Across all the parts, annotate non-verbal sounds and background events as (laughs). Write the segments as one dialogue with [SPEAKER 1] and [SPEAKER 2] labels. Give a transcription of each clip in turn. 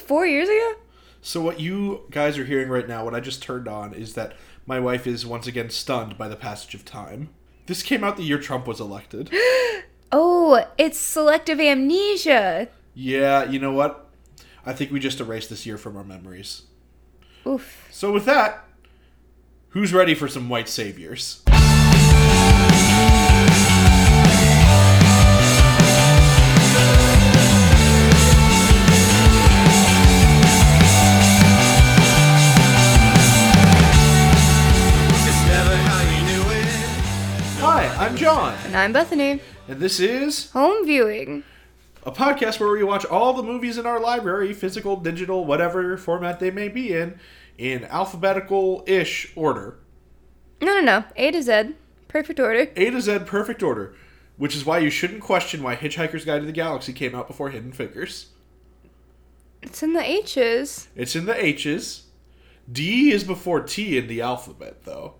[SPEAKER 1] four years ago?
[SPEAKER 2] So what you guys are hearing right now, what I just turned on, is that my wife is once again stunned by the passage of time. This came out the year Trump was elected. (gasps)
[SPEAKER 1] Oh, it's selective amnesia.
[SPEAKER 2] yeah, you know what? I think we just erased this year from our memories.
[SPEAKER 1] Oof.
[SPEAKER 2] So with that, who's ready for some white saviors?
[SPEAKER 3] It's never how you knew it.
[SPEAKER 2] Hi, I'm John,
[SPEAKER 1] And I'm Bethany.
[SPEAKER 2] and this is
[SPEAKER 1] Home viewing.
[SPEAKER 2] a podcast where we watch all the movies in our library, physical, digital, whatever format they may be in, in alphabetical-ish order.
[SPEAKER 1] No, no, no. A to Z. Perfect order.
[SPEAKER 2] A to Z perfect order, which is why you shouldn't question why Hitchhiker's Guide to the Galaxy came out before Hidden Figures.
[SPEAKER 1] It's in the H's.
[SPEAKER 2] It's in the H's. D is before T in the alphabet, though.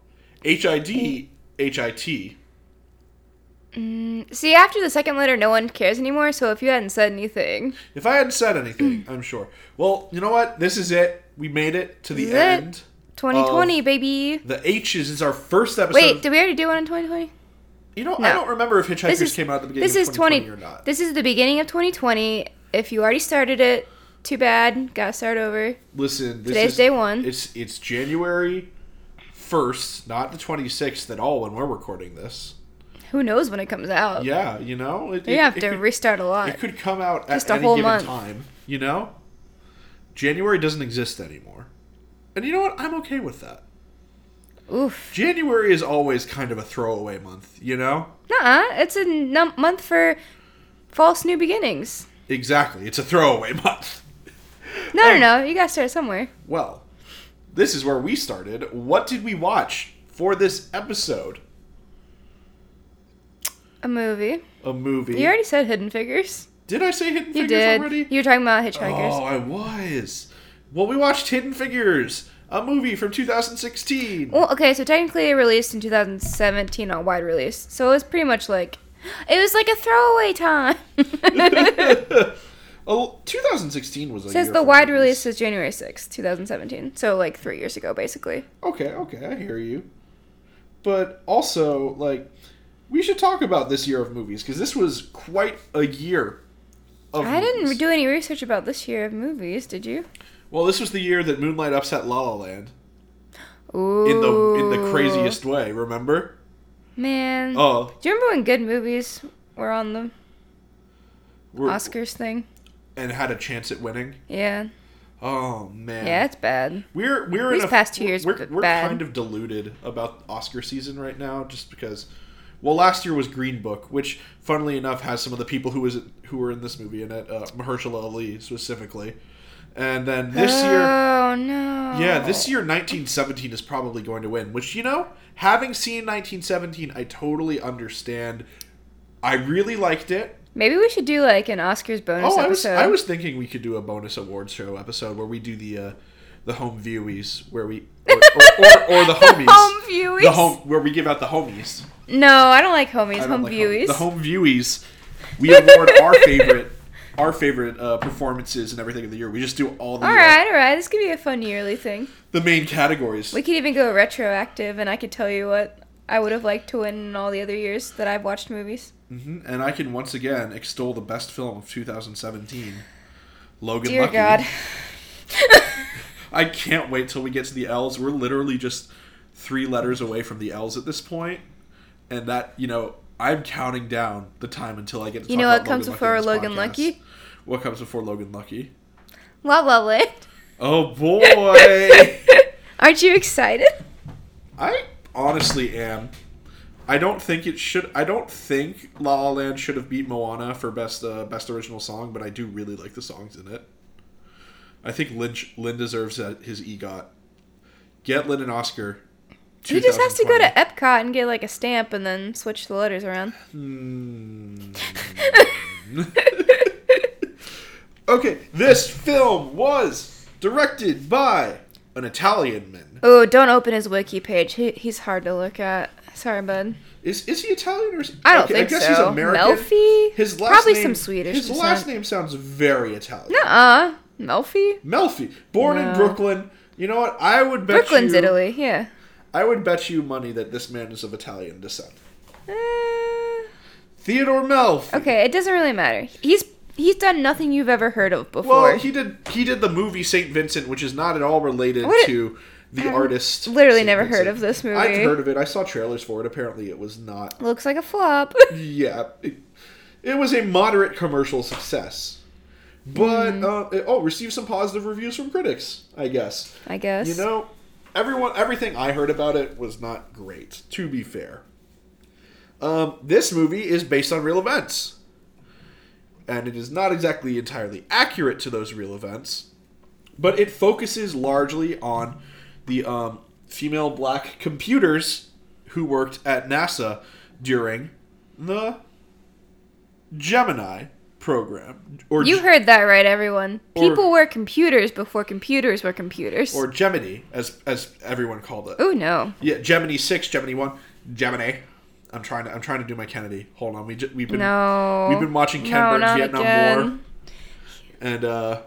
[SPEAKER 2] H I D H I T.
[SPEAKER 1] See, after the second letter, no one cares anymore, so if you hadn't said anything.
[SPEAKER 2] If I hadn't said anything,
[SPEAKER 1] Hmm.
[SPEAKER 2] I'm sure. Well, you know what? This is it. We made it to the
[SPEAKER 1] This is it.
[SPEAKER 2] end.
[SPEAKER 1] 2020,
[SPEAKER 2] Oh.
[SPEAKER 1] baby.
[SPEAKER 2] The H's is our first episode.
[SPEAKER 1] Wait, did we already do one in 2020?
[SPEAKER 2] you know, I
[SPEAKER 1] no.
[SPEAKER 2] don't remember if Hitchhikers
[SPEAKER 1] This is
[SPEAKER 2] came out at the beginning
[SPEAKER 1] This
[SPEAKER 2] of
[SPEAKER 1] is
[SPEAKER 2] 2020
[SPEAKER 1] 20.
[SPEAKER 2] or not.
[SPEAKER 1] This is the beginning of 2020. If you already started it, too bad. Gotta start over.
[SPEAKER 2] Listen, this
[SPEAKER 1] Today's
[SPEAKER 2] is,
[SPEAKER 1] day one.
[SPEAKER 2] It's it's January first, not the twenty sixth at all when we're recording this.
[SPEAKER 1] Who knows when it comes out?
[SPEAKER 2] Yeah, you know, it,
[SPEAKER 1] You
[SPEAKER 2] it-
[SPEAKER 1] have
[SPEAKER 2] it
[SPEAKER 1] to
[SPEAKER 2] could,
[SPEAKER 1] restart a lot.
[SPEAKER 2] it could come out at
[SPEAKER 1] Just a
[SPEAKER 2] any
[SPEAKER 1] whole
[SPEAKER 2] given
[SPEAKER 1] month.
[SPEAKER 2] time. You know, January doesn't exist anymore, and you know what? I'm okay with that.
[SPEAKER 1] Oof.
[SPEAKER 2] January is always kind of a throwaway month. You know,
[SPEAKER 1] Nuh-uh. It's a num- month for false new beginnings.
[SPEAKER 2] exactly. It's a throwaway (laughs) month.
[SPEAKER 1] No, no, no. You gotta start somewhere.
[SPEAKER 2] Well, this is where we started. What did we watch for this episode?
[SPEAKER 1] A movie.
[SPEAKER 2] A movie.
[SPEAKER 1] You already said Hidden Figures.
[SPEAKER 2] Did I say Hidden
[SPEAKER 1] You
[SPEAKER 2] Figures
[SPEAKER 1] did.
[SPEAKER 2] already?
[SPEAKER 1] You were talking about Hitchhikers.
[SPEAKER 2] Oh, I was. Well, we watched Hidden Figures, a movie from 2016.
[SPEAKER 1] Well, okay, so technically it released in 2017 on wide release. So it was pretty much like. It was like a throwaway time.
[SPEAKER 2] (laughs) Oh, 2016 was a
[SPEAKER 1] (laughs) Says
[SPEAKER 2] year
[SPEAKER 1] the
[SPEAKER 2] for
[SPEAKER 1] wide
[SPEAKER 2] movies.
[SPEAKER 1] release is January 6th, 2017. So like three years ago, basically.
[SPEAKER 2] Okay, okay, I hear you. But also, like, we should talk about this year of movies because this was quite a year. Of
[SPEAKER 1] I didn't
[SPEAKER 2] movies.
[SPEAKER 1] do any research about this year of movies, did you?
[SPEAKER 2] Well, this was the year that Moonlight upset La La Land
[SPEAKER 1] Ooh.
[SPEAKER 2] in the in the craziest way. Remember?
[SPEAKER 1] Man.
[SPEAKER 2] Oh,
[SPEAKER 1] Do you remember when good movies were on the
[SPEAKER 2] we're-
[SPEAKER 1] Oscars thing?
[SPEAKER 2] and had a chance at winning.
[SPEAKER 1] Yeah.
[SPEAKER 2] Oh man.
[SPEAKER 1] Yeah, it's bad.
[SPEAKER 2] We're we're in
[SPEAKER 1] These
[SPEAKER 2] a,
[SPEAKER 1] past two years
[SPEAKER 2] We're,
[SPEAKER 1] have been
[SPEAKER 2] we're
[SPEAKER 1] bad.
[SPEAKER 2] kind of deluded about Oscar season right now, just because. Well, last year was Green Book, which, funnily enough, has some of the people who was who were in this movie in it, uh, Mahershala Ali specifically, and then this year,
[SPEAKER 1] Oh no.
[SPEAKER 2] yeah, this year 1917 is probably going to win. Which you know, having seen 1917, I totally understand. I really liked it.
[SPEAKER 1] Maybe we should do like an Oscars bonus
[SPEAKER 2] Oh, I was
[SPEAKER 1] episode.
[SPEAKER 2] I was thinking we could do a bonus award show episode where we do the uh, the home viewies where we or, or, or,
[SPEAKER 1] (laughs)
[SPEAKER 2] or the homies
[SPEAKER 1] home viewies.
[SPEAKER 2] the home where we give out the homies.
[SPEAKER 1] No, I don't like homies.
[SPEAKER 2] I don't
[SPEAKER 1] Home
[SPEAKER 2] like
[SPEAKER 1] viewies.
[SPEAKER 2] homies. The home viewies. We award our favorite our favorite uh, performances and everything of the year. We just do all the
[SPEAKER 1] all
[SPEAKER 2] uh,
[SPEAKER 1] right, all right. This could be a fun yearly thing.
[SPEAKER 2] the main categories.
[SPEAKER 1] We could even go retroactive, and I could tell you what I would have liked to win in all the other years that I've watched movies.
[SPEAKER 2] Mhm. And I can once again extol the best film of 2017. Logan
[SPEAKER 1] Dear
[SPEAKER 2] Lucky.
[SPEAKER 1] God. (laughs)
[SPEAKER 2] I can't wait till we get to the L's. We're literally just three letters away from the L's at this point, and that you know I'm counting down the time until I get. to
[SPEAKER 1] You
[SPEAKER 2] talk
[SPEAKER 1] know what
[SPEAKER 2] about
[SPEAKER 1] comes
[SPEAKER 2] Logan
[SPEAKER 1] before
[SPEAKER 2] Lucky
[SPEAKER 1] Logan
[SPEAKER 2] on this
[SPEAKER 1] Lucky?
[SPEAKER 2] podcast. What comes before Logan Lucky?
[SPEAKER 1] La La Land.
[SPEAKER 2] Oh boy,
[SPEAKER 1] (laughs) Aren't you excited?
[SPEAKER 2] I honestly am. I don't think it should. I don't think La La Land should have beat Moana for best uh, best original song, but I do really like the songs in it. I think Lynch Lynn deserves uh, his EGOT. Get Lynn an Oscar.
[SPEAKER 1] He just has to go
[SPEAKER 2] 2020.
[SPEAKER 1] to Epcot and get like a stamp, and then switch the letters around. (laughs)
[SPEAKER 2] Okay, this film was directed by an Italian man.
[SPEAKER 1] Oh, don't open his wiki page. He, he's hard to look at. Sorry, bud.
[SPEAKER 2] Is is he Italian or? Is,
[SPEAKER 1] I don't
[SPEAKER 2] okay,
[SPEAKER 1] think so. Melfi?
[SPEAKER 2] His last
[SPEAKER 1] Probably
[SPEAKER 2] name,
[SPEAKER 1] some Swedish
[SPEAKER 2] His
[SPEAKER 1] descent.
[SPEAKER 2] last name sounds very Italian.
[SPEAKER 1] Nuh-uh. Melfi?
[SPEAKER 2] Melfi, born in
[SPEAKER 1] No.
[SPEAKER 2] Brooklyn. You know what? I would bet
[SPEAKER 1] Brooklyn's
[SPEAKER 2] you,
[SPEAKER 1] Italy, yeah.
[SPEAKER 2] I would bet you money that this man is of Italian descent.
[SPEAKER 1] Uh,
[SPEAKER 2] Theodore Melfi.
[SPEAKER 1] okay, it doesn't really matter. He's he's done nothing you've ever heard of before.
[SPEAKER 2] Well, he did. He did the movie Saint Vincent, which is not at all related
[SPEAKER 1] What-
[SPEAKER 2] to the
[SPEAKER 1] I've
[SPEAKER 2] artist.
[SPEAKER 1] literally
[SPEAKER 2] Saint
[SPEAKER 1] never heard of this movie.
[SPEAKER 2] I've heard of it. I saw trailers for it. Apparently, it was not.
[SPEAKER 1] Looks like a
[SPEAKER 2] (laughs)
[SPEAKER 1] flop.
[SPEAKER 2] Yeah, it, it was a moderate commercial success, but uh,
[SPEAKER 1] Mm-hmm.
[SPEAKER 2] it- oh, received some positive reviews from critics. I guess.
[SPEAKER 1] I guess.
[SPEAKER 2] You know, everyone, everything I heard about it was not great. To be fair, um, this movie is based on real events, and it is not exactly entirely accurate to those real events, but it focuses largely on the um, female black computers who worked at NASA during the Gemini program, or
[SPEAKER 1] You
[SPEAKER 2] G-
[SPEAKER 1] heard that right, everyone.
[SPEAKER 2] Or-
[SPEAKER 1] People were computers before computers were computers.
[SPEAKER 2] or Gemini, as as everyone called it.
[SPEAKER 1] oh no.
[SPEAKER 2] Yeah, Gemini six, Gemini one, Gemini. I'm trying to I'm trying to do my Kennedy. Hold on, we ju- we've been
[SPEAKER 1] No.
[SPEAKER 2] we've been watching Ken
[SPEAKER 1] No,
[SPEAKER 2] Burns
[SPEAKER 1] not
[SPEAKER 2] Vietnam
[SPEAKER 1] again.
[SPEAKER 2] War, and uh,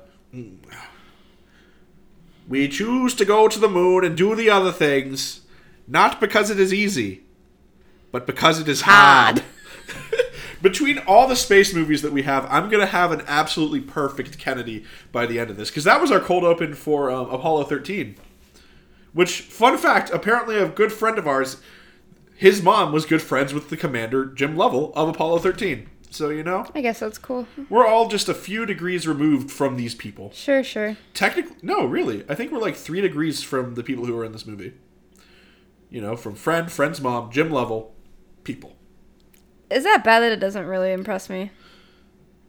[SPEAKER 2] we choose to go to the moon and do the other things, not because it is easy, but because it is hard.
[SPEAKER 1] Hard.
[SPEAKER 2] (laughs) Between all the space movies that we have, I'm gonna have an absolutely perfect Kennedy by the end of this because that was our cold open for um, Apollo 13. Which, fun fact, apparently a good friend of ours, his mom was good friends with the commander Jim Lovell of Apollo 13. So you know,
[SPEAKER 1] I guess that's cool.
[SPEAKER 2] we're all just a few degrees removed from these people.
[SPEAKER 1] Sure, sure.
[SPEAKER 2] Technically, no, really, I think we're like three degrees from the people who are in this movie. You know, from friend, friend's mom, Jim Lovell, people.
[SPEAKER 1] Is that bad that it doesn't really impress me?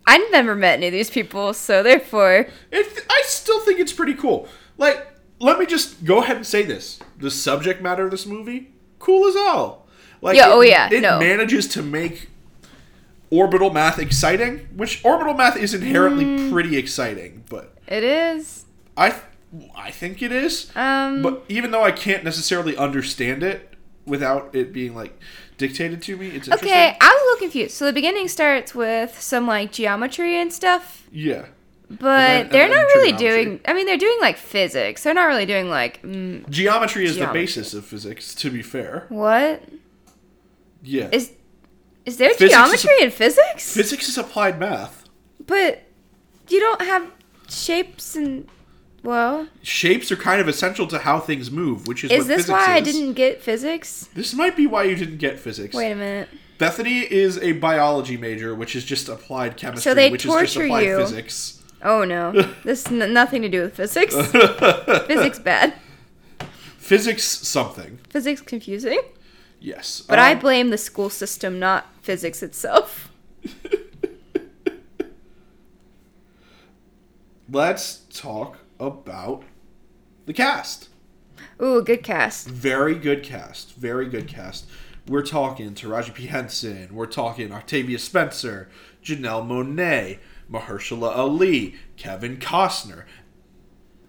[SPEAKER 1] I've never met any of these people, so therefore,
[SPEAKER 2] It, I still think it's pretty cool. Like, let me just go ahead and say this: the subject matter of this movie, cool as all. Like,
[SPEAKER 1] Yeah,
[SPEAKER 2] it-
[SPEAKER 1] oh yeah,
[SPEAKER 2] it
[SPEAKER 1] no.
[SPEAKER 2] manages to make orbital math exciting, which orbital math is inherently
[SPEAKER 1] Hmm.
[SPEAKER 2] pretty exciting. But
[SPEAKER 1] it is.
[SPEAKER 2] I, th- I think it is.
[SPEAKER 1] Um,
[SPEAKER 2] but even though I can't necessarily understand it without it being like dictated to me, it's interesting.
[SPEAKER 1] okay, I was a little confused. So the beginning starts with some like geometry and stuff,
[SPEAKER 2] Yeah.
[SPEAKER 1] but
[SPEAKER 2] then- and
[SPEAKER 1] they're
[SPEAKER 2] then
[SPEAKER 1] not really
[SPEAKER 2] trigonometry.
[SPEAKER 1] doing. I mean, they're doing like physics. They're not really doing like mm,
[SPEAKER 2] Geometry is
[SPEAKER 1] Geometry.
[SPEAKER 2] the basis of physics, to be fair.
[SPEAKER 1] what
[SPEAKER 2] Yeah.
[SPEAKER 1] is. Is there
[SPEAKER 2] Physics is
[SPEAKER 1] geometry in physics?
[SPEAKER 2] physics is applied math.
[SPEAKER 1] But you don't have shapes and well,
[SPEAKER 2] shapes are kind of essential to how things move, which is
[SPEAKER 1] is
[SPEAKER 2] what
[SPEAKER 1] this
[SPEAKER 2] physics
[SPEAKER 1] why I
[SPEAKER 2] is.
[SPEAKER 1] didn't get physics?
[SPEAKER 2] This might be why you didn't get physics.
[SPEAKER 1] Wait a minute.
[SPEAKER 2] Bethany is a biology major, which is just applied chemistry,
[SPEAKER 1] they
[SPEAKER 2] which is just
[SPEAKER 1] torture
[SPEAKER 2] applied
[SPEAKER 1] you.
[SPEAKER 2] physics. (laughs)
[SPEAKER 1] Oh no, this has n- nothing to do with physics. physics bad.
[SPEAKER 2] Physics something.
[SPEAKER 1] Physics confusing.
[SPEAKER 2] Yes.
[SPEAKER 1] But I
[SPEAKER 2] Um,
[SPEAKER 1] blame the school system, not physics itself.
[SPEAKER 2] let's talk about the cast.
[SPEAKER 1] Ooh, good cast.
[SPEAKER 2] Very good cast. Very good cast. We're talking Taraji P. Henson. We're talking Octavia Spencer, Janelle Monet, Mahershala Ali, Kevin Costner,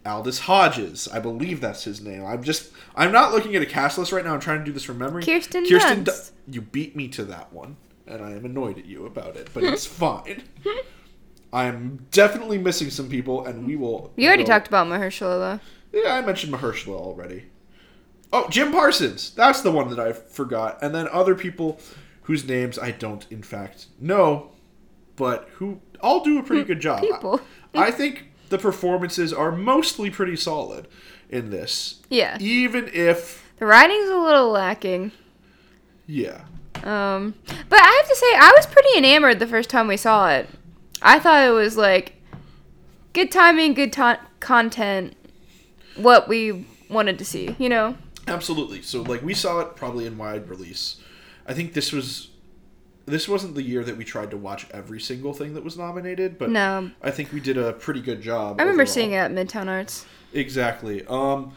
[SPEAKER 2] Aldous Hodges. I believe that's his name. I'm just, I'm not looking at a cast list right now. I'm trying to do this from memory.
[SPEAKER 1] Kirsten
[SPEAKER 2] Du-
[SPEAKER 1] Dunst.
[SPEAKER 2] you beat me to that one, and I am annoyed at you about it, but
[SPEAKER 1] (laughs)
[SPEAKER 2] it's fine. I am definitely missing some people, and we will.
[SPEAKER 1] You already
[SPEAKER 2] we'll-
[SPEAKER 1] talked about Mahershala
[SPEAKER 2] yeah, I mentioned Mahershala already. Oh, Jim Parsons. That's the one that I forgot. And then other people whose names I don't, in fact, know, but who all do a pretty good job.
[SPEAKER 1] Hmm, people.
[SPEAKER 2] I think the performances are mostly pretty solid in this.
[SPEAKER 1] Yeah.
[SPEAKER 2] Even if,
[SPEAKER 1] though. The writing's a little lacking.
[SPEAKER 2] yeah.
[SPEAKER 1] Um, but I have to say, I was pretty enamored the first time we saw it. I thought it was like good timing, good ton content, what we wanted to see. You know,
[SPEAKER 2] Absolutely. So like we saw it probably in wide release. I think this was this wasn't the year that we tried to watch every single thing that was nominated, but
[SPEAKER 1] No.
[SPEAKER 2] I think we did a pretty good job.
[SPEAKER 1] I remember
[SPEAKER 2] overall.
[SPEAKER 1] seeing it at Midtown Arts.
[SPEAKER 2] Exactly. Um,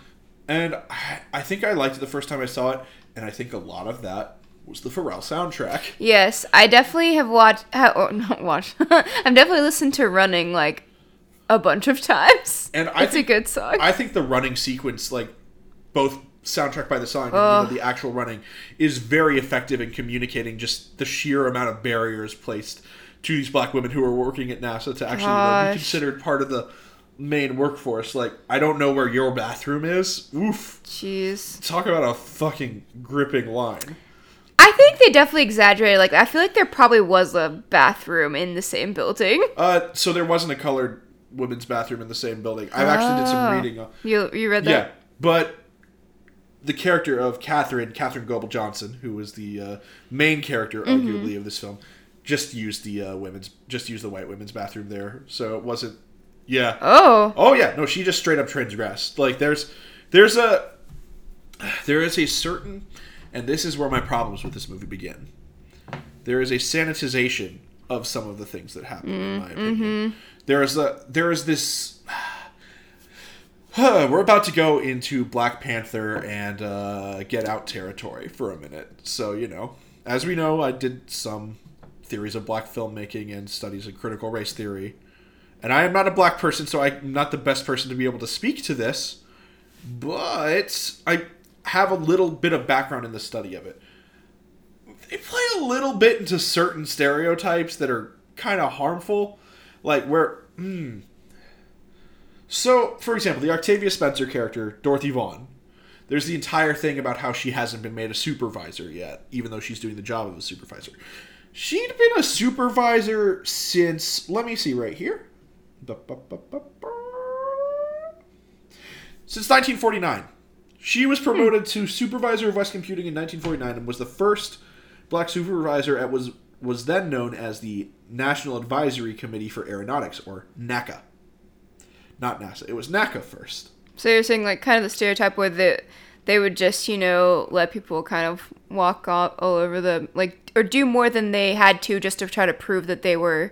[SPEAKER 2] and I, I think I liked it the first time I saw it, and I think a lot of that was the Pharrell soundtrack.
[SPEAKER 1] Yes, I definitely have watched. Ha- oh, not watched. (laughs) I've definitely listened to Running like a bunch of times.
[SPEAKER 2] And I
[SPEAKER 1] it's a
[SPEAKER 2] think-
[SPEAKER 1] good song.
[SPEAKER 2] I think the running sequence, like both soundtrack by the song and you know, the actual running, is very effective in communicating just the sheer amount of barriers placed to these black women who are working at NASA to actually you know, be
[SPEAKER 1] Gosh.
[SPEAKER 2] considered part of the main workforce. Like, I don't know where your bathroom is. Oof.
[SPEAKER 1] Jeez.
[SPEAKER 2] Talk about a fucking gripping line.
[SPEAKER 1] I think they definitely exaggerated. Like, I feel like there probably was a bathroom in the same building. (laughs)
[SPEAKER 2] Uh, so there wasn't a colored women's bathroom in the same building. I've actually did some
[SPEAKER 1] Oh.
[SPEAKER 2] reading. On,
[SPEAKER 1] You you read
[SPEAKER 2] yeah,
[SPEAKER 1] that?
[SPEAKER 2] but the character of Catherine, Catherine Goebel Johnson, who was the uh, main character,
[SPEAKER 1] Mm-hmm.
[SPEAKER 2] arguably, of this film, just used the uh, women's, just used the white women's bathroom there. So it wasn't. Yeah.
[SPEAKER 1] Oh.
[SPEAKER 2] Oh yeah, no, she just straight up transgressed. Like there's there's a there is a certain and this is where my problems with this movie begin. There is a sanitization of some of the things that happen in my opinion. There is a there is this (sighs) Huh, we're about to go into Black Panther and uh, Get Out territory for a minute. So, you know, as we know, I did some theories of black filmmaking and studies in critical race theory. And I am not a black person, so I'm not the best person to be able to speak to this. But I have a little bit of background in the study of it. They play a little bit into certain stereotypes that are kind of harmful. Like, where. Mm, so, for example, the Octavia Spencer character, Dorothy Vaughn, there's the entire thing about how she hasn't been made a supervisor yet, even though she's doing the job of a supervisor. She'd been a supervisor since, let me see right here. Since 1949. She was promoted to supervisor of West Computing in 1949 and was the first black supervisor at was was then known as the National Advisory Committee for Aeronautics or NACA not NASA. It was NACA first.
[SPEAKER 1] So you're saying like kind of the stereotype where the, they would just you know let people kind of walk all, all over the like or do more than they had to just to try to prove that they were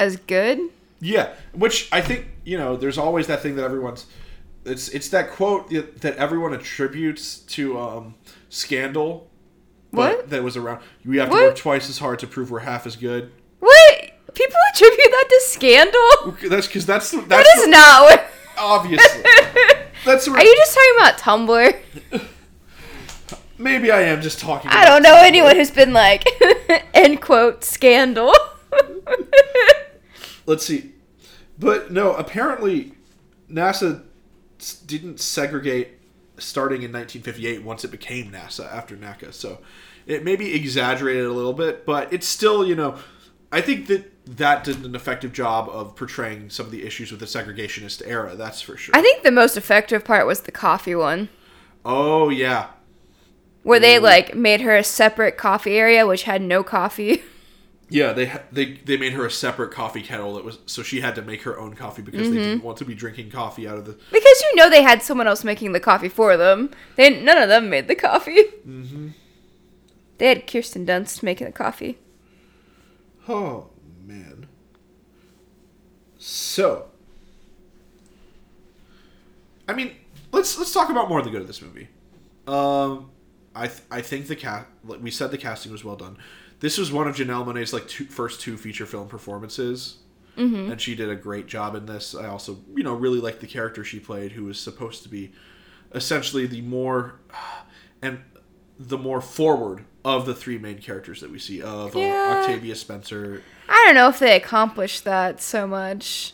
[SPEAKER 1] as good.
[SPEAKER 2] Yeah, which I think you know. There's always that thing that everyone's. It's it's that quote that that everyone attributes to um, Scandal. but
[SPEAKER 1] What?
[SPEAKER 2] that was around? We have to
[SPEAKER 1] What?
[SPEAKER 2] work twice as hard to prove we're half as good.
[SPEAKER 1] What people attribute that to scandal?
[SPEAKER 2] That's because that's the-
[SPEAKER 1] That
[SPEAKER 2] that's
[SPEAKER 1] is
[SPEAKER 2] the-
[SPEAKER 1] not. What, (laughs)
[SPEAKER 2] obviously that's where,
[SPEAKER 1] are you just talking about Tumblr?
[SPEAKER 2] maybe I am just talking.
[SPEAKER 1] I don't know anyone who's been like (laughs) end quote scandal. (laughs)
[SPEAKER 2] let's see but no apparently nasa s- didn't segregate starting in 1958 once it became nasa after naca so it may be exaggerated a little bit but it's still you know i think that that did an effective job of portraying some of the issues with the segregationist era that's for sure
[SPEAKER 1] I think the most effective part was the coffee one.
[SPEAKER 2] oh yeah
[SPEAKER 1] Where they like made her a separate coffee area which had no coffee. (laughs)
[SPEAKER 2] yeah they ha- they they made her a separate coffee kettle that was so she had to make her own coffee because they didn't want to be drinking coffee out of the
[SPEAKER 1] Because you know they had someone else making the coffee for them. They none of them made the coffee. Mm-hmm. They had Kirsten Dunst making the coffee.
[SPEAKER 2] Oh man. So, I mean, let's let's talk about more of the good of this movie. Um, I th- I think the cat like we said the casting was well done. This was one of Janelle Monae's like two, first two feature film performances, and she did a great job in this. I also you know really liked the character she played, who was supposed to be essentially the more and the more forward of the three main characters that we see of uh,
[SPEAKER 1] Yeah.
[SPEAKER 2] Octavia Spencer.
[SPEAKER 1] I don't know if they accomplished that so much.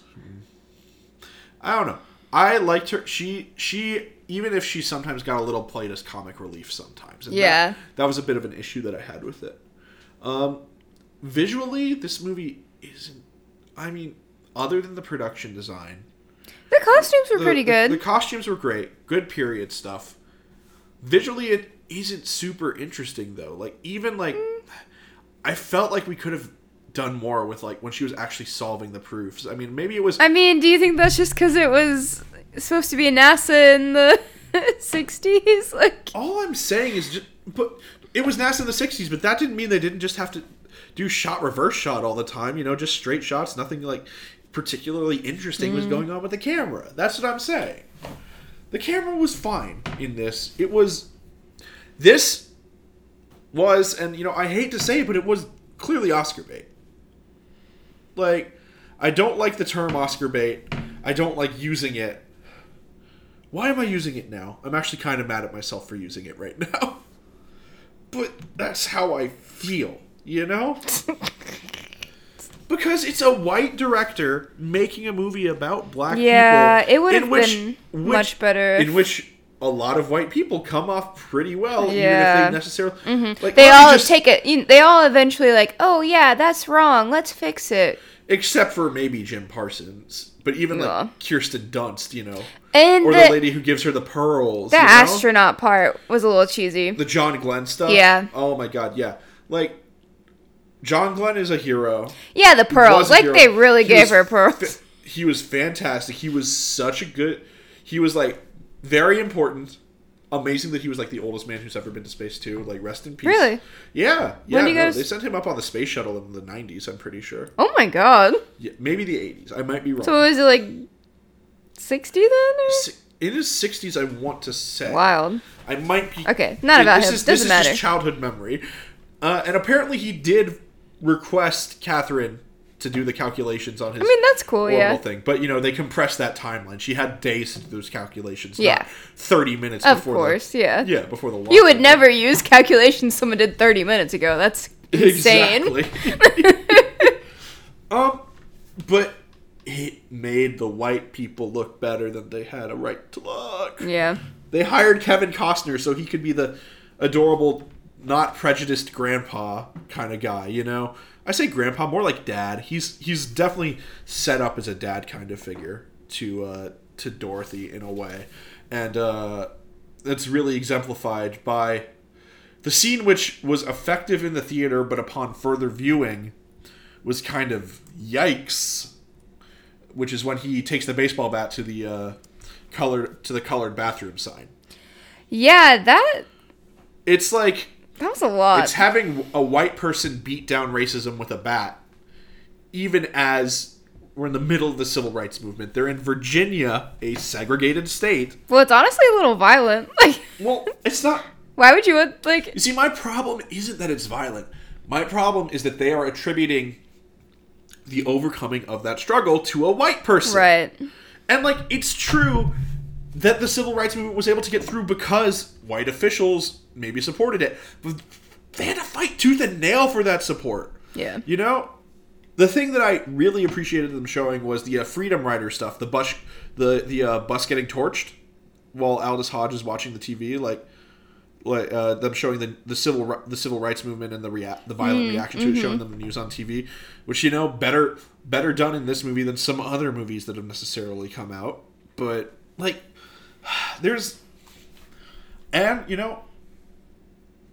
[SPEAKER 2] I don't know. I liked her. She she even if she sometimes got a little played as comic relief sometimes. and that-
[SPEAKER 1] Yeah.
[SPEAKER 2] that, was a bit of an issue that I had with it. Um, visually, this movie isn't. I mean, other than the production design,
[SPEAKER 1] The costumes were
[SPEAKER 2] the-
[SPEAKER 1] pretty
[SPEAKER 2] the-
[SPEAKER 1] good.
[SPEAKER 2] The, costumes were great. Good period stuff. Visually, it isn't super interesting though. Like even like,
[SPEAKER 1] Mm.
[SPEAKER 2] I felt like we could have done more with like when she was actually solving the proofs. I mean, maybe it was
[SPEAKER 1] I mean, do you think that's just because it was supposed to be NASA in the (laughs) 60s? (laughs) Like,
[SPEAKER 2] All I'm saying is, just, but it was NASA in the '60s, but that didn't mean they didn't just have to do shot reverse shot all the time. You know, just straight shots. Nothing like particularly interesting was going on with the camera. That's what I'm saying. The camera was fine in this. It was this was, and you know, I hate to say it, but it was clearly Oscar bait. Like, I don't like the term Oscar bait. I don't like using it. Why am I using it now? I'm actually kind of mad at myself for using it right (laughs) now. But that's how I feel, you know? Because it's a white director making a movie about black
[SPEAKER 1] Yeah,
[SPEAKER 2] people.
[SPEAKER 1] it would
[SPEAKER 2] in
[SPEAKER 1] have
[SPEAKER 2] which-
[SPEAKER 1] been
[SPEAKER 2] which-
[SPEAKER 1] much better
[SPEAKER 2] In
[SPEAKER 1] if-
[SPEAKER 2] which a lot of white people come off pretty well, even if
[SPEAKER 1] Yeah. Mm-hmm.
[SPEAKER 2] they necessarily. Like,
[SPEAKER 1] They
[SPEAKER 2] let me
[SPEAKER 1] all
[SPEAKER 2] just-
[SPEAKER 1] take it. You, they all eventually like, oh yeah, that's wrong. Let's fix it.
[SPEAKER 2] Except for maybe Jim Parsons, but even
[SPEAKER 1] Yeah.
[SPEAKER 2] like Kirsten Dunst, you know,
[SPEAKER 1] And
[SPEAKER 2] or
[SPEAKER 1] the
[SPEAKER 2] the, lady who gives her the pearls.
[SPEAKER 1] the
[SPEAKER 2] you know?
[SPEAKER 1] astronaut part was a little cheesy.
[SPEAKER 2] the John Glenn stuff.
[SPEAKER 1] Yeah.
[SPEAKER 2] Oh my god, yeah. Like John Glenn is a hero.
[SPEAKER 1] yeah, the
[SPEAKER 2] was
[SPEAKER 1] pearls.
[SPEAKER 2] a
[SPEAKER 1] Like
[SPEAKER 2] hero.
[SPEAKER 1] they really
[SPEAKER 2] He
[SPEAKER 1] gave
[SPEAKER 2] was
[SPEAKER 1] her pearls.
[SPEAKER 2] fa- he was fantastic. He was such a good. He was like very important. Amazing that he was like the oldest man who's ever been to space too. Like rest in peace.
[SPEAKER 1] Really?
[SPEAKER 2] Yeah. Yeah.
[SPEAKER 1] do you
[SPEAKER 2] no,
[SPEAKER 1] guys-
[SPEAKER 2] They sent him up on the space shuttle in the '90s. I'm pretty sure.
[SPEAKER 1] (laughs) oh my god.
[SPEAKER 2] Yeah, maybe the '80s. I might be wrong.
[SPEAKER 1] So what was it like sixty then? Or?
[SPEAKER 2] Si- in his 60s, I want to say.
[SPEAKER 1] Wild.
[SPEAKER 2] I might be
[SPEAKER 1] Okay, not about him.
[SPEAKER 2] this
[SPEAKER 1] Doesn't
[SPEAKER 2] just
[SPEAKER 1] matter.
[SPEAKER 2] childhood memory, uh, and apparently he did request Catherine to do the calculations on his.
[SPEAKER 1] I mean, that's cool.
[SPEAKER 2] horrible
[SPEAKER 1] Yeah.
[SPEAKER 2] thing, but you know they compressed that timeline. She had days to do those calculations. not
[SPEAKER 1] Yeah.
[SPEAKER 2] thirty minutes.
[SPEAKER 1] Of
[SPEAKER 2] before
[SPEAKER 1] course.
[SPEAKER 2] The,
[SPEAKER 1] yeah.
[SPEAKER 2] yeah, before the.
[SPEAKER 1] You would
[SPEAKER 2] lockdown.
[SPEAKER 1] never use calculations someone did thirty minutes ago.
[SPEAKER 2] (laughs)
[SPEAKER 1] That's insane. (laughs)
[SPEAKER 2] Exactly. (laughs) um, but it made the white people look better than they had a right to
[SPEAKER 1] (laughs)
[SPEAKER 2] look.
[SPEAKER 1] Yeah.
[SPEAKER 2] They hired Kevin Costner so he could be the adorable, not prejudiced grandpa kind of guy. You know, I say grandpa more like dad. He's he's definitely set up as a dad kind of figure to uh, to Dorothy in a way, and uh, that's really exemplified by the scene, which was effective in the theater, but upon further viewing, was kind of yikes which is when he takes the baseball bat to the uh, colored to the colored bathroom sign.
[SPEAKER 1] Yeah. That
[SPEAKER 2] It's like
[SPEAKER 1] that was a lot.
[SPEAKER 2] it's having a white person beat down racism with a bat, even as we're in the middle of the civil rights movement. They're in Virginia, a segregated state.
[SPEAKER 1] well, it's honestly a little violent. (laughs) Like,
[SPEAKER 2] Well, it's not.
[SPEAKER 1] why would you want like?
[SPEAKER 2] You see, my problem isn't that it's violent. My problem is that they are attributing the overcoming of that struggle to a white person.
[SPEAKER 1] (laughs) Right.
[SPEAKER 2] And like it's true that the civil rights movement was able to get through because white officials maybe supported it. But they had to fight tooth and nail for that support.
[SPEAKER 1] Yeah.
[SPEAKER 2] You know, the thing that I really appreciated them showing was the uh, Freedom Rider stuff, the bus the the uh, bus getting torched while Aldous Hodge is watching the TV like like uh, them showing the the civil ri- the civil rights movement and the rea- the violent reaction to it, showing them the news on TV, which you know better better done in this movie than some other movies that have necessarily come out. But like, (sighs) there's and you know,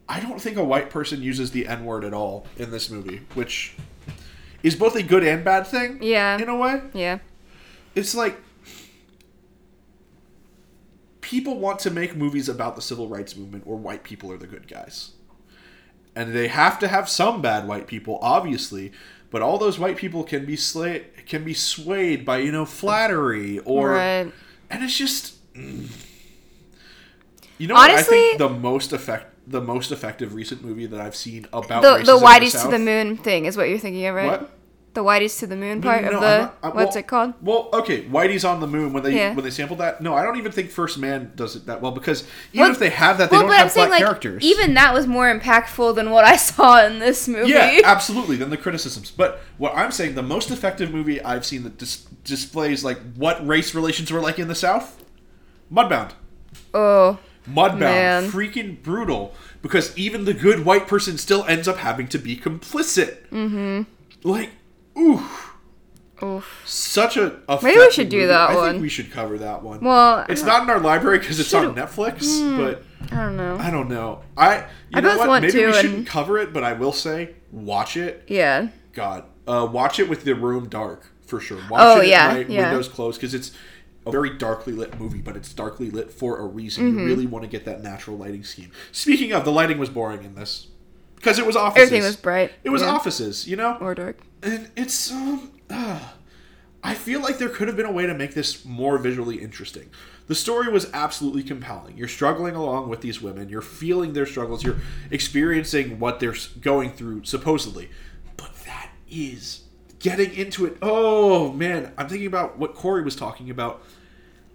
[SPEAKER 2] I don't think a white person uses the N word at all in this movie, which is both a good and bad thing.
[SPEAKER 1] Yeah.
[SPEAKER 2] in a way
[SPEAKER 1] Yeah.
[SPEAKER 2] it's like people want to make movies about the civil rights movement where white people are the good guys. And they have to have some bad white people, obviously, but all those white people can be sla- can be swayed by, you know, flattery or
[SPEAKER 1] Right.
[SPEAKER 2] and it's just mm. You know what I
[SPEAKER 1] Honestly-
[SPEAKER 2] think the most effect the most effective recent movie that I've seen about
[SPEAKER 1] the the
[SPEAKER 2] racism in
[SPEAKER 1] whitey's to
[SPEAKER 2] South-
[SPEAKER 1] the moon thing is what you're thinking of, right?
[SPEAKER 2] What?
[SPEAKER 1] The whitey's to the moon part
[SPEAKER 2] No,
[SPEAKER 1] of
[SPEAKER 2] I'm
[SPEAKER 1] the
[SPEAKER 2] not- I-
[SPEAKER 1] what's
[SPEAKER 2] well-
[SPEAKER 1] it called?
[SPEAKER 2] Well, okay, Whitey's on the moon when they
[SPEAKER 1] Yeah.
[SPEAKER 2] when they sampled that. No, I don't even think First Man does it that well because even
[SPEAKER 1] Well,
[SPEAKER 2] if they have that, they
[SPEAKER 1] Well,
[SPEAKER 2] don't
[SPEAKER 1] but
[SPEAKER 2] have
[SPEAKER 1] I'm saying
[SPEAKER 2] black
[SPEAKER 1] like
[SPEAKER 2] characters.
[SPEAKER 1] even that was more impactful than what I (laughs) saw in this movie.
[SPEAKER 2] yeah, absolutely. Then the criticisms, but what I'm saying, the most effective movie I've seen that dis- displays like what race relations were like in the South, Mudbound.
[SPEAKER 1] (laughs) oh,
[SPEAKER 2] Mudbound,
[SPEAKER 1] Man.
[SPEAKER 2] freaking brutal. Because even the good white person still ends up having to be complicit. Mm-hmm. Like, ooh,
[SPEAKER 1] oof.
[SPEAKER 2] such a.
[SPEAKER 1] Maybe we should
[SPEAKER 2] affecting
[SPEAKER 1] do
[SPEAKER 2] movie.
[SPEAKER 1] that
[SPEAKER 2] I
[SPEAKER 1] one.
[SPEAKER 2] think we should cover that one.
[SPEAKER 1] Well,
[SPEAKER 2] It's
[SPEAKER 1] I
[SPEAKER 2] not in our library because it's
[SPEAKER 1] Should've-
[SPEAKER 2] on Netflix, but
[SPEAKER 1] don't- I don't know.
[SPEAKER 2] I don't know. I you know
[SPEAKER 1] both
[SPEAKER 2] what?
[SPEAKER 1] want
[SPEAKER 2] Maybe
[SPEAKER 1] to,
[SPEAKER 2] we
[SPEAKER 1] and-
[SPEAKER 2] shouldn't cover it, but I will say watch it.
[SPEAKER 1] Yeah,
[SPEAKER 2] God, uh, watch it with the room dark for sure. Watch
[SPEAKER 1] Oh,
[SPEAKER 2] it
[SPEAKER 1] yeah,
[SPEAKER 2] at night,
[SPEAKER 1] yeah.
[SPEAKER 2] windows closed because it's a very darkly lit movie, but it's darkly lit for a reason.
[SPEAKER 1] Mm-hmm.
[SPEAKER 2] You really want to get that natural lighting scheme. Speaking of, the lighting was boring in this because it was offices.
[SPEAKER 1] everything was bright.
[SPEAKER 2] It was
[SPEAKER 1] yeah.
[SPEAKER 2] offices, you know.
[SPEAKER 1] or dark.
[SPEAKER 2] And it's um, (sighs) ah, I feel like there could have been a way to make this more visually interesting. The story was absolutely compelling. You're struggling along with these women. You're feeling their struggles. You're experiencing what they're s- going through, supposedly. But that is getting into it. Oh man, I'm thinking about what Corey was talking about.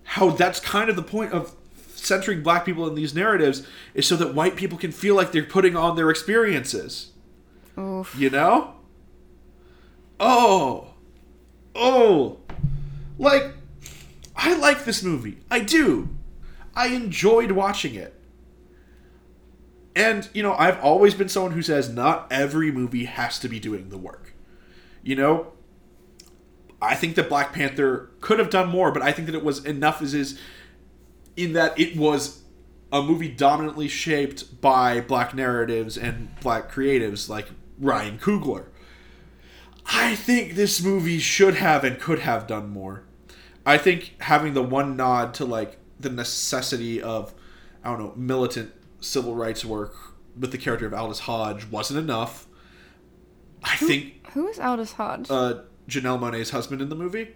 [SPEAKER 2] How that's kind of the point of centering black people in these narratives is so that white people can feel like they're putting on their experiences.
[SPEAKER 1] Oof.
[SPEAKER 2] You know? Oh. Oh. Like, I like this movie. I do. I enjoyed watching it. And, you know, I've always been someone who says not every movie has to be doing the work. You know, I think that Black Panther could have done more, but I think that it was enough as is in that it was a movie dominantly shaped by black narratives and black creatives like Ryan Coogler. I think this movie should have and could have done more. I think having the one nod to like the necessity of I don't know militant civil rights work with the character of Aldous Hodge wasn't enough. I think
[SPEAKER 1] Who is Aldous Hodge?
[SPEAKER 2] uh, Janelle Monet's husband in the movie.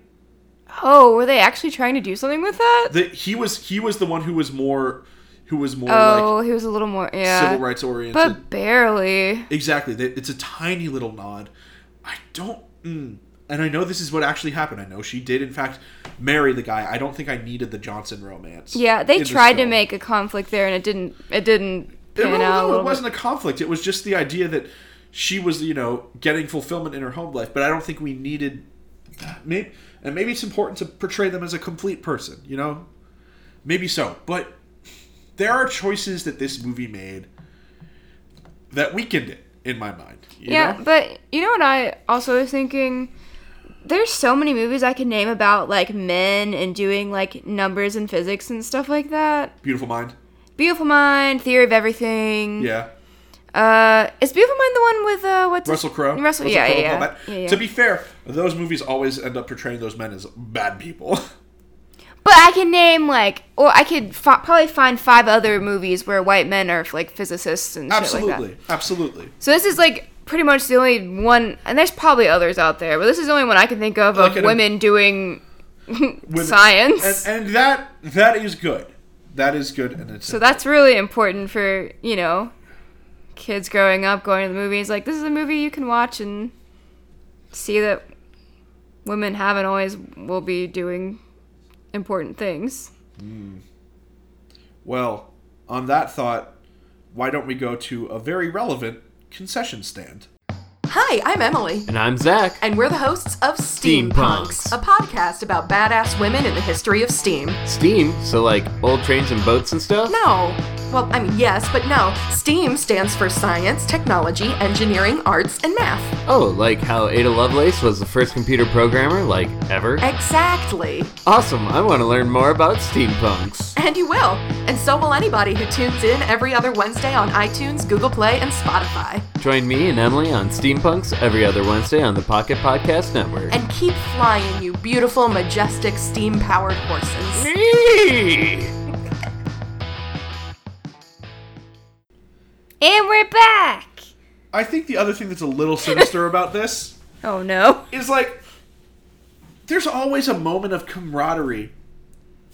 [SPEAKER 1] oh, were they actually trying to do something with that?
[SPEAKER 2] The, he was he was the one who was more who was more
[SPEAKER 1] Oh,
[SPEAKER 2] like
[SPEAKER 1] he was a little more yeah,
[SPEAKER 2] civil rights oriented.
[SPEAKER 1] but barely.
[SPEAKER 2] Exactly. They- It's a tiny little nod. I don't. Mm. And I know this is what actually happened. I know she did, in fact, marry the guy. I don't think I needed the Johnson romance.
[SPEAKER 1] Yeah, they
[SPEAKER 2] in this
[SPEAKER 1] tried to
[SPEAKER 2] film.
[SPEAKER 1] make a conflict there, and it didn't. It didn't
[SPEAKER 2] It,
[SPEAKER 1] pan out. a
[SPEAKER 2] no,
[SPEAKER 1] little
[SPEAKER 2] it
[SPEAKER 1] bit.
[SPEAKER 2] wasn't a conflict. It was just the idea that she was, you know, getting fulfillment in her home life. But I don't think we needed. Maybe, and maybe it's important to portray them as a complete person. You know, maybe so. But there are choices that this movie made that weakened it in my mind. you
[SPEAKER 1] yeah,
[SPEAKER 2] know?
[SPEAKER 1] but you know what I also was thinking? There's so many movies I could name about like men and doing like numbers and physics and stuff like that.
[SPEAKER 2] beautiful mind.
[SPEAKER 1] Beautiful Mind, Theory of Everything.
[SPEAKER 2] Yeah.
[SPEAKER 1] Uh, is Beautiful Mind the one with uh what's his-
[SPEAKER 2] Russell Crowe.
[SPEAKER 1] Russell, yeah,
[SPEAKER 2] Crowe,
[SPEAKER 1] yeah,
[SPEAKER 2] all
[SPEAKER 1] yeah.
[SPEAKER 2] that.
[SPEAKER 1] yeah, yeah.
[SPEAKER 2] To be fair, those movies always end up portraying those men as bad people. (laughs)
[SPEAKER 1] but I can name like, or I could fi- probably find five other movies where white men are like physicists and shit like
[SPEAKER 2] absolutely,
[SPEAKER 1] that.
[SPEAKER 2] absolutely.
[SPEAKER 1] So this is like pretty much the only one, and there's probably others out there, but this is the only one I can think of
[SPEAKER 2] Like
[SPEAKER 1] of
[SPEAKER 2] an-
[SPEAKER 1] women doing
[SPEAKER 2] (laughs)
[SPEAKER 1] (laughs)
[SPEAKER 2] With-
[SPEAKER 1] science.
[SPEAKER 2] and, and that that is good. That is good, and it's
[SPEAKER 1] So that's really important for, you know, kids growing up going to the movies. Like, this is a movie you can watch and see that women haven't always will be doing important things.
[SPEAKER 2] well. On that thought, why don't we go to a very relevant concession stand?
[SPEAKER 4] Hi, I'm Emily.
[SPEAKER 5] And I'm Zach.
[SPEAKER 4] And we're the hosts of Steampunks,
[SPEAKER 5] Steampunks.
[SPEAKER 4] a podcast about badass women in the history of steam.
[SPEAKER 5] Steam, so like old trains and boats and stuff?
[SPEAKER 4] No. Well, I mean, yes, but no. STEAM stands for science, technology, engineering, arts, and math.
[SPEAKER 5] Oh, like how Ada Lovelace was the first computer programmer, like ever?
[SPEAKER 4] Exactly.
[SPEAKER 5] Awesome, I want to learn more about steampunks.
[SPEAKER 4] And you will. And so will anybody who tunes in every other Wednesday on iTunes, Google Play, and Spotify.
[SPEAKER 5] Join me and Emily on Steampunks every other Wednesday on the Pocket Podcast Network.
[SPEAKER 4] And keep flying, you beautiful, majestic, steam powered horses.
[SPEAKER 1] And we're back!
[SPEAKER 2] I think the other thing that's
[SPEAKER 1] (laughs)
[SPEAKER 2] a little sinister about this
[SPEAKER 1] Oh no. (laughs)
[SPEAKER 2] is like there's always a moment of camaraderie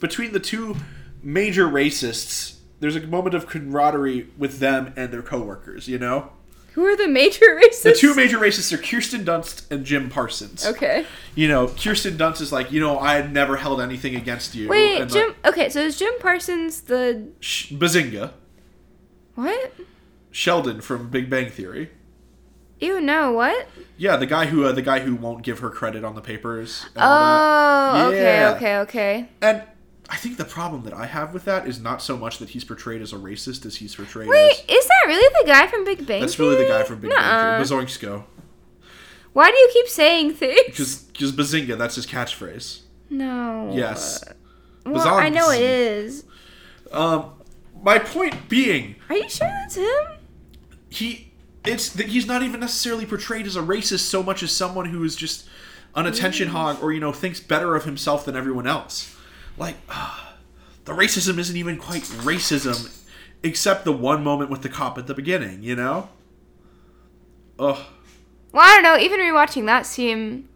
[SPEAKER 2] between the two major racists. There's a moment of camaraderie with them and their coworkers, you know?
[SPEAKER 1] Who are the major racists?
[SPEAKER 2] The two major racists are Kirsten Dunst and Jim Parsons.
[SPEAKER 1] Okay.
[SPEAKER 2] You know, Kirsten Dunst is like, you know, I had never held anything against you.
[SPEAKER 1] Wait,
[SPEAKER 2] and
[SPEAKER 1] Jim.
[SPEAKER 2] Like,
[SPEAKER 1] Okay, so is Jim Parsons the.
[SPEAKER 2] Sh- Bazinga.
[SPEAKER 1] What?
[SPEAKER 2] Sheldon from Big Bang Theory.
[SPEAKER 1] You know what?
[SPEAKER 2] Yeah, the guy who uh, the guy who won't give her credit on the papers. and all that.
[SPEAKER 1] Oh, okay,
[SPEAKER 2] Yeah.
[SPEAKER 1] okay, okay.
[SPEAKER 2] And I think the problem that I have with that is not so much that he's portrayed as a racist as he's portrayed
[SPEAKER 1] Wait,
[SPEAKER 2] as.
[SPEAKER 1] is that really the guy from Big Bang?
[SPEAKER 2] That's really the guy
[SPEAKER 1] Theory?
[SPEAKER 2] from Big
[SPEAKER 1] Nuh-uh.
[SPEAKER 2] Bang Theory, Bazoinsko.
[SPEAKER 1] Why do you keep saying things?
[SPEAKER 2] Because Bazinga, that's his catchphrase.
[SPEAKER 1] No.
[SPEAKER 2] Yes.
[SPEAKER 1] Well, I know it
[SPEAKER 2] Bazanzi.
[SPEAKER 1] is.
[SPEAKER 2] Um, my point being,
[SPEAKER 1] Are you sure that's him?
[SPEAKER 2] he it's that he's not even necessarily portrayed as a racist so much as someone who is just an attention hog or you know thinks better of himself than everyone else. Like ah, the racism isn't even quite racism, except the one moment with the cop at the beginning. You know. Ugh.
[SPEAKER 1] Well, I don't know. Even rewatching that scene,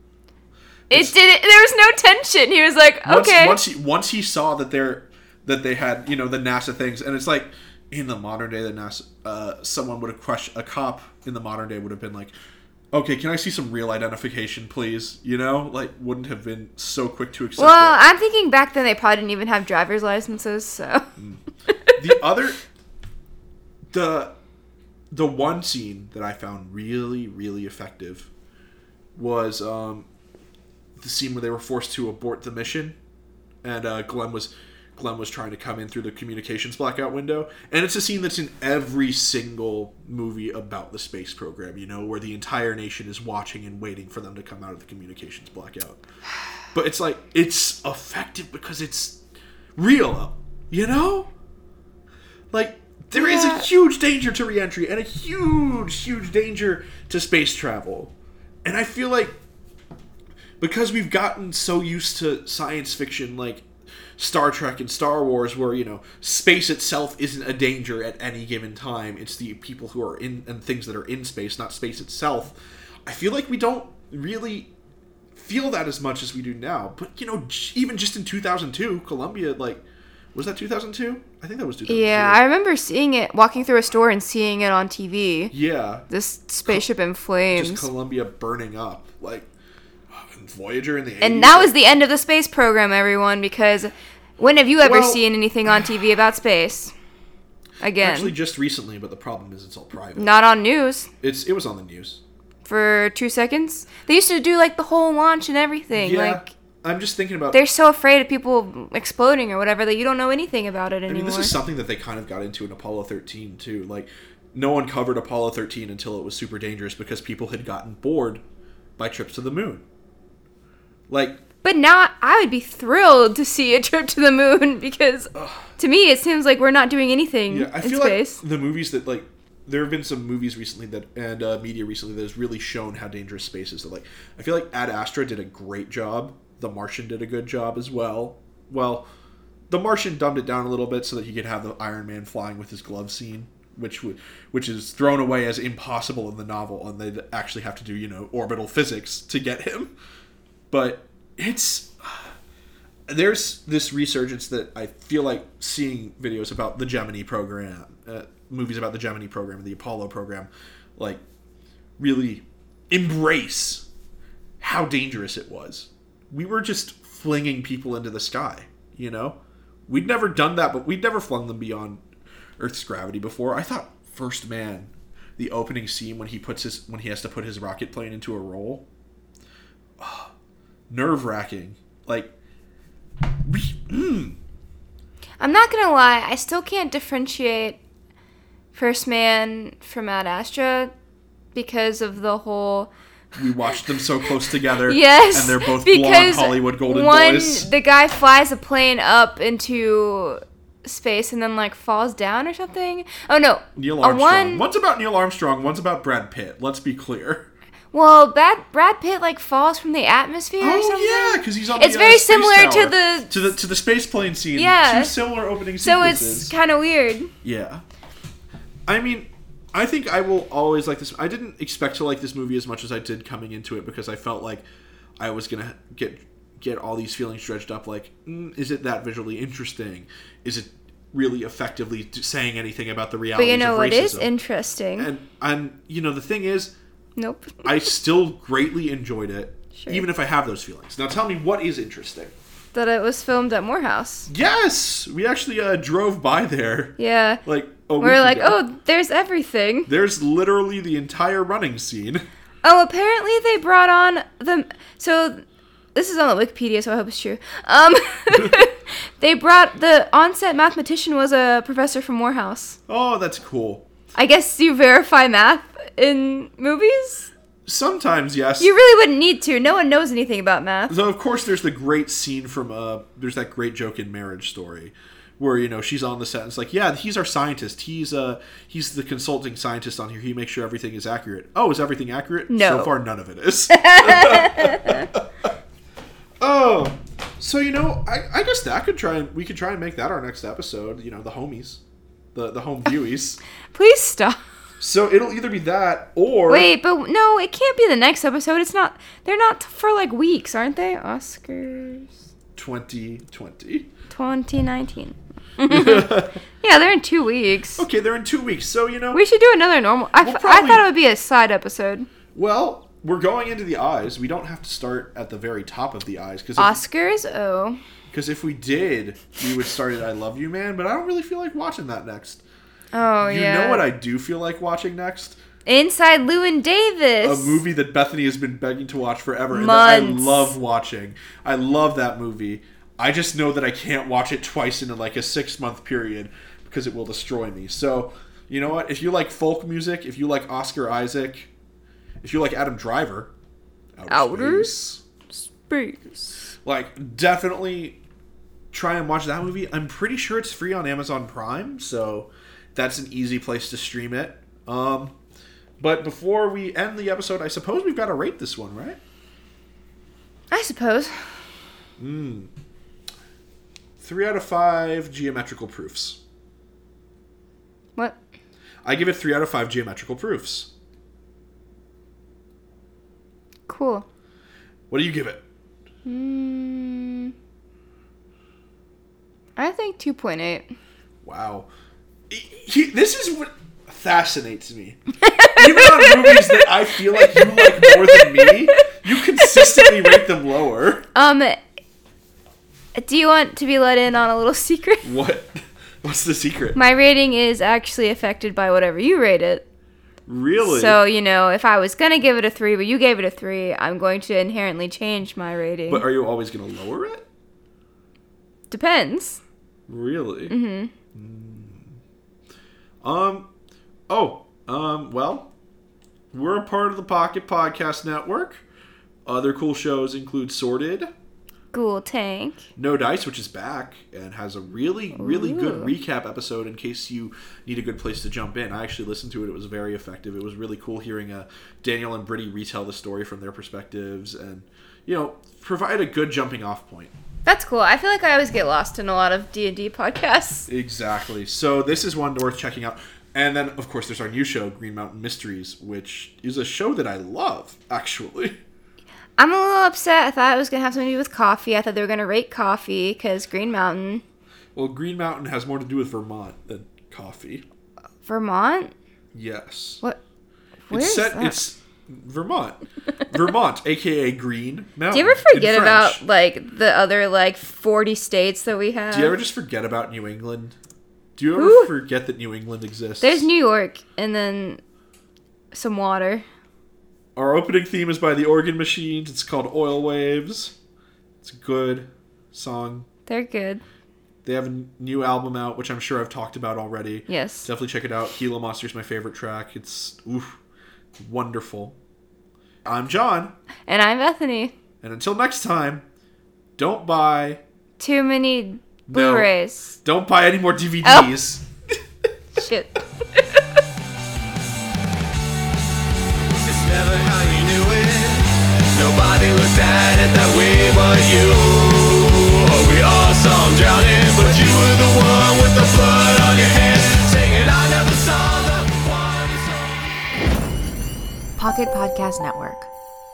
[SPEAKER 1] it did. It, there was no tension. He was like,
[SPEAKER 2] once,
[SPEAKER 1] okay.
[SPEAKER 2] once he once he saw that they're that they had you know the NASA things, and it's like in the modern day, the NASA uh, someone would have crushed a cop in the modern day would have been like, okay, can I see some real identification, please? You know, like wouldn't have been so quick to accept.
[SPEAKER 1] well,
[SPEAKER 2] it.
[SPEAKER 1] I'm thinking back then they probably didn't even have driver's licenses, so.
[SPEAKER 2] Mm, the other the the one scene that I found really really effective was um, the scene where they were forced to abort the mission, and uh, Glenn was Glenn was trying to come in through the communications blackout window, and it's a scene that's in every single movie about the space program. You know, where the entire nation is watching and waiting for them to come out of the communications blackout. But it's like it's effective because it's real, you know. Like there is
[SPEAKER 1] Yeah.
[SPEAKER 2] a huge danger to reentry and a huge, huge danger to space travel. And I feel like because we've gotten so used to science fiction like Star Trek and Star Wars where, you know, space itself isn't a danger at any given time. It's the people who are in and things that are in space, not space itself. I feel like we don't really feel that as much as we do now. But, you know, j- even just in 2002, Columbia like was that 2002? I think that was 2002.
[SPEAKER 1] (laughs) Yeah, I remember seeing it, walking through a store and seeing it on TV.
[SPEAKER 2] Yeah,
[SPEAKER 1] This spaceship in
[SPEAKER 2] just
[SPEAKER 1] flames.
[SPEAKER 2] Columbia burning up, like and Voyager in the 80s.
[SPEAKER 1] And that was
[SPEAKER 2] like,
[SPEAKER 1] the end of the space program, everyone, because when have you ever
[SPEAKER 2] Well-
[SPEAKER 1] seen anything on TV about space? Again,
[SPEAKER 2] actually just recently, but the problem is it's all private.
[SPEAKER 1] not on news
[SPEAKER 2] It's it was on the news.
[SPEAKER 1] for two seconds. They used to do like the whole launch and everything.
[SPEAKER 2] Yeah,
[SPEAKER 1] Like
[SPEAKER 2] I'm just thinking about.
[SPEAKER 1] they're so afraid of people exploding or whatever that you don't know anything about it
[SPEAKER 2] I mean,
[SPEAKER 1] anymore.
[SPEAKER 2] this is something that they kind of got into in Apollo 13 too. Like, no one covered Apollo 13 until it was super dangerous because people had gotten bored by trips to the moon. Like,
[SPEAKER 1] But now I would be thrilled to see a trip to the moon (laughs) because to me it seems like we're not doing anything
[SPEAKER 2] Yeah, I
[SPEAKER 1] in
[SPEAKER 2] feel
[SPEAKER 1] space.
[SPEAKER 2] like the movies that like there have been some movies recently that and uh, media recently that has really shown how dangerous space is. That like I feel like Ad Astra did a great job. The Martian did a good job as well. Well, The Martian dumbed it down a little bit so that he could have the Iron Man flying with his glove scene, which would which is thrown away as impossible in the novel, and they actually have to do you know orbital physics to get him. But it's there's this resurgence that I feel like seeing videos about the Gemini program, uh, movies about the Gemini program and the Apollo program, like really embrace how dangerous it was. We were just flinging people into the sky, you know? We'd never done that, but we'd never flung them beyond Earth's gravity before. I thought First Man, the opening scene when he puts his when he has to put his rocket plane into a roll, nerve wracking. Like we, mm,
[SPEAKER 1] I'm not gonna lie, I still can't differentiate First Man from Ad Astra because of the whole
[SPEAKER 2] we watched them so close together.
[SPEAKER 1] yes,
[SPEAKER 2] and they're both blonde
[SPEAKER 1] because
[SPEAKER 2] Hollywood golden
[SPEAKER 1] one,
[SPEAKER 2] boys.
[SPEAKER 1] The guy flies a plane up into space and then like falls down or something. Oh no,
[SPEAKER 2] Neil
[SPEAKER 1] a
[SPEAKER 2] Armstrong.
[SPEAKER 1] one-
[SPEAKER 2] one's about Neil Armstrong. One's about Brad Pitt. Let's be clear.
[SPEAKER 1] Well, Brad, Brad Pitt like falls from the atmosphere or something.
[SPEAKER 2] Oh yeah, because he's on.
[SPEAKER 1] It's
[SPEAKER 2] the, uh,
[SPEAKER 1] very
[SPEAKER 2] space
[SPEAKER 1] similar to
[SPEAKER 2] tower.
[SPEAKER 1] the-
[SPEAKER 2] to the to the space plane scene.
[SPEAKER 1] Yeah.
[SPEAKER 2] two similar opening
[SPEAKER 1] So
[SPEAKER 2] sequences.
[SPEAKER 1] it's kind of weird.
[SPEAKER 2] yeah. I mean, I think I will always like this. I didn't expect to like this movie as much as I did coming into it because I felt like I was gonna get get all these feelings dredged up. Like, mm, is it that visually interesting? Is it really effectively t- saying anything about the
[SPEAKER 1] But
[SPEAKER 2] realities
[SPEAKER 1] you know
[SPEAKER 2] of
[SPEAKER 1] what
[SPEAKER 2] racism?
[SPEAKER 1] is interesting?
[SPEAKER 2] and I'm, you know, the thing is,
[SPEAKER 1] nope.
[SPEAKER 2] I still greatly enjoyed it,
[SPEAKER 1] Sure.
[SPEAKER 2] even if I have those feelings. Now, tell me what is interesting.
[SPEAKER 1] That it was filmed at Morehouse.
[SPEAKER 2] Yes, we actually uh, drove by there,
[SPEAKER 1] Yeah.
[SPEAKER 2] like a
[SPEAKER 1] We're
[SPEAKER 2] week
[SPEAKER 1] like,
[SPEAKER 2] ago.
[SPEAKER 1] oh, there's everything.
[SPEAKER 2] There's literally the entire running scene. (laughs)
[SPEAKER 1] Oh, apparently they brought on the. So, this is on the Wikipedia, so I hope it's true. Um, (laughs) they brought the onset mathematician was a professor from Morehouse.
[SPEAKER 2] Oh, that's cool.
[SPEAKER 1] I guess you verify math in movies.
[SPEAKER 2] Sometimes yes.
[SPEAKER 1] You really wouldn't need to. No one knows anything about math.
[SPEAKER 2] Though of course there's the great scene from uh there's that great joke in Marriage Story where you know she's on the set and it's like, "Yeah, he's our scientist. He's uh he's the consulting scientist on here. He makes sure everything is accurate." Oh, is everything accurate?
[SPEAKER 1] No.
[SPEAKER 2] So far none of
[SPEAKER 1] (laughs)
[SPEAKER 2] it is. (laughs) oh. So you know, I, I guess that could try and we could try and make that our next episode, you know, the homies. The the
[SPEAKER 1] (laughs)
[SPEAKER 2] home viewies.
[SPEAKER 1] Please stop.
[SPEAKER 2] so it'll either be that or
[SPEAKER 1] Wait, but no, it can't be the next episode. It's not. They're not for like weeks, aren't they? Oscars
[SPEAKER 2] 2020.
[SPEAKER 1] 2019. (laughs) yeah, they're in two weeks.
[SPEAKER 2] Okay, they're in two weeks, so you know.
[SPEAKER 1] We should do another normal. I,
[SPEAKER 2] We'll
[SPEAKER 1] f- I
[SPEAKER 2] probably-
[SPEAKER 1] thought it would be a side episode.
[SPEAKER 2] well, we're going into the eyes. We don't have to start at the very top of the eyes because
[SPEAKER 1] Oscars? Oh.
[SPEAKER 2] because if, we did, we would start at "I Love You, Man." But I don't really feel like watching that next.
[SPEAKER 1] Oh,
[SPEAKER 2] You
[SPEAKER 1] yeah.
[SPEAKER 2] know what I do feel like watching next?
[SPEAKER 1] Inside Llewyn
[SPEAKER 2] a
[SPEAKER 1] Davis.
[SPEAKER 2] movie that Bethany has been begging to watch forever, and that I
[SPEAKER 1] Months.
[SPEAKER 2] love watching. I love that movie. I just know that I can't watch it twice in like a six month period because it will destroy me. So, you know what? If you like folk music, if you like Oscar Isaac, if you like Adam Driver, Outer
[SPEAKER 1] Outer
[SPEAKER 2] Space,
[SPEAKER 1] Bruce.
[SPEAKER 2] like definitely try and watch that movie. I'm pretty sure it's free on Amazon Prime, so that's an easy place to stream it. Um, but before we end the episode, I suppose we've got to rate this one, right?
[SPEAKER 1] I suppose.
[SPEAKER 2] Three out of five geometrical proofs.
[SPEAKER 1] What?
[SPEAKER 2] I give it three out of five geometrical proofs.
[SPEAKER 1] Cool.
[SPEAKER 2] What do you give it?
[SPEAKER 1] Mm, I think 2.8.
[SPEAKER 2] Wow. He- he- this is what fascinates me. Even on movies that I feel like you like more than me, you consistently rate them lower.
[SPEAKER 1] Um, do you want to be let in on a little (laughs) secret?
[SPEAKER 2] What? What's the secret?
[SPEAKER 1] My rating is actually affected by whatever you rate it.
[SPEAKER 2] Really?
[SPEAKER 1] So, you know, if I was going to give it a 3, but you gave it a 3, I'm going to inherently change my rating.
[SPEAKER 2] but are you always going to lower it?
[SPEAKER 1] Depends.
[SPEAKER 2] Really? Mm-hmm. Um. Oh. Um. Well, we're a part of the Pocket Podcast Network. Other cool shows include Sorted,
[SPEAKER 1] Ghoul Tank.
[SPEAKER 2] No Dice, which is back and has a really, really good
[SPEAKER 1] Ooh.
[SPEAKER 2] recap episode in case you need a good place to jump in. I actually listened to it. It was very effective. It was really cool hearing uh, Daniel and Brittany retell the story from their perspectives and, you know, provide a good jumping off point.
[SPEAKER 1] That's cool. I feel like I always get lost in a lot of D&D podcasts.
[SPEAKER 2] Exactly. So this is one worth checking out. And then, of course, there's our new show, Green Mountain Mysteries, which is a show that I love, actually.
[SPEAKER 1] I'm a little upset. I thought it was going to have something to do with coffee. I thought they were going to rate coffee cuz Green Mountain,
[SPEAKER 2] Well, Green Mountain has more to do with Vermont than coffee.
[SPEAKER 1] Vermont.
[SPEAKER 2] Yes.
[SPEAKER 1] What? Where
[SPEAKER 2] it's
[SPEAKER 1] is
[SPEAKER 2] set.
[SPEAKER 1] that?
[SPEAKER 2] It's Vermont.
[SPEAKER 1] (laughs)
[SPEAKER 2] Vermont, aka Green Mountain.
[SPEAKER 1] do you ever
[SPEAKER 2] in
[SPEAKER 1] forget
[SPEAKER 2] French.
[SPEAKER 1] about like the other like 40 states that we have?
[SPEAKER 2] Do you ever just forget about New England? Do you ever
[SPEAKER 1] uh, Who?
[SPEAKER 2] forget that New England exists?
[SPEAKER 1] There's New York and then some water.
[SPEAKER 2] Our opening theme is by the Organ Machines. It's called Oil Waves. It's a good song.
[SPEAKER 1] They're good.
[SPEAKER 2] They have a new album out, which I'm sure I've talked about already.
[SPEAKER 1] Yes.
[SPEAKER 2] Definitely check it out. Gila Monster is my favorite track. It's oof, wonderful. I'm John,
[SPEAKER 1] And I'm Bethany.
[SPEAKER 2] and until next time, don't buy
[SPEAKER 1] Too many Blu-rays.
[SPEAKER 2] don't buy any more DVDs. (laughs)
[SPEAKER 1] Shit.
[SPEAKER 3] It's just never how you knew it. Nobody looked at it that way but you. Oh, we all saw 'em drowning, but you were the one with the blood on your hands, singing, I never saw the one.
[SPEAKER 6] Pocket Podcast Network.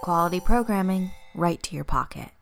[SPEAKER 6] Quality programming right to your pocket.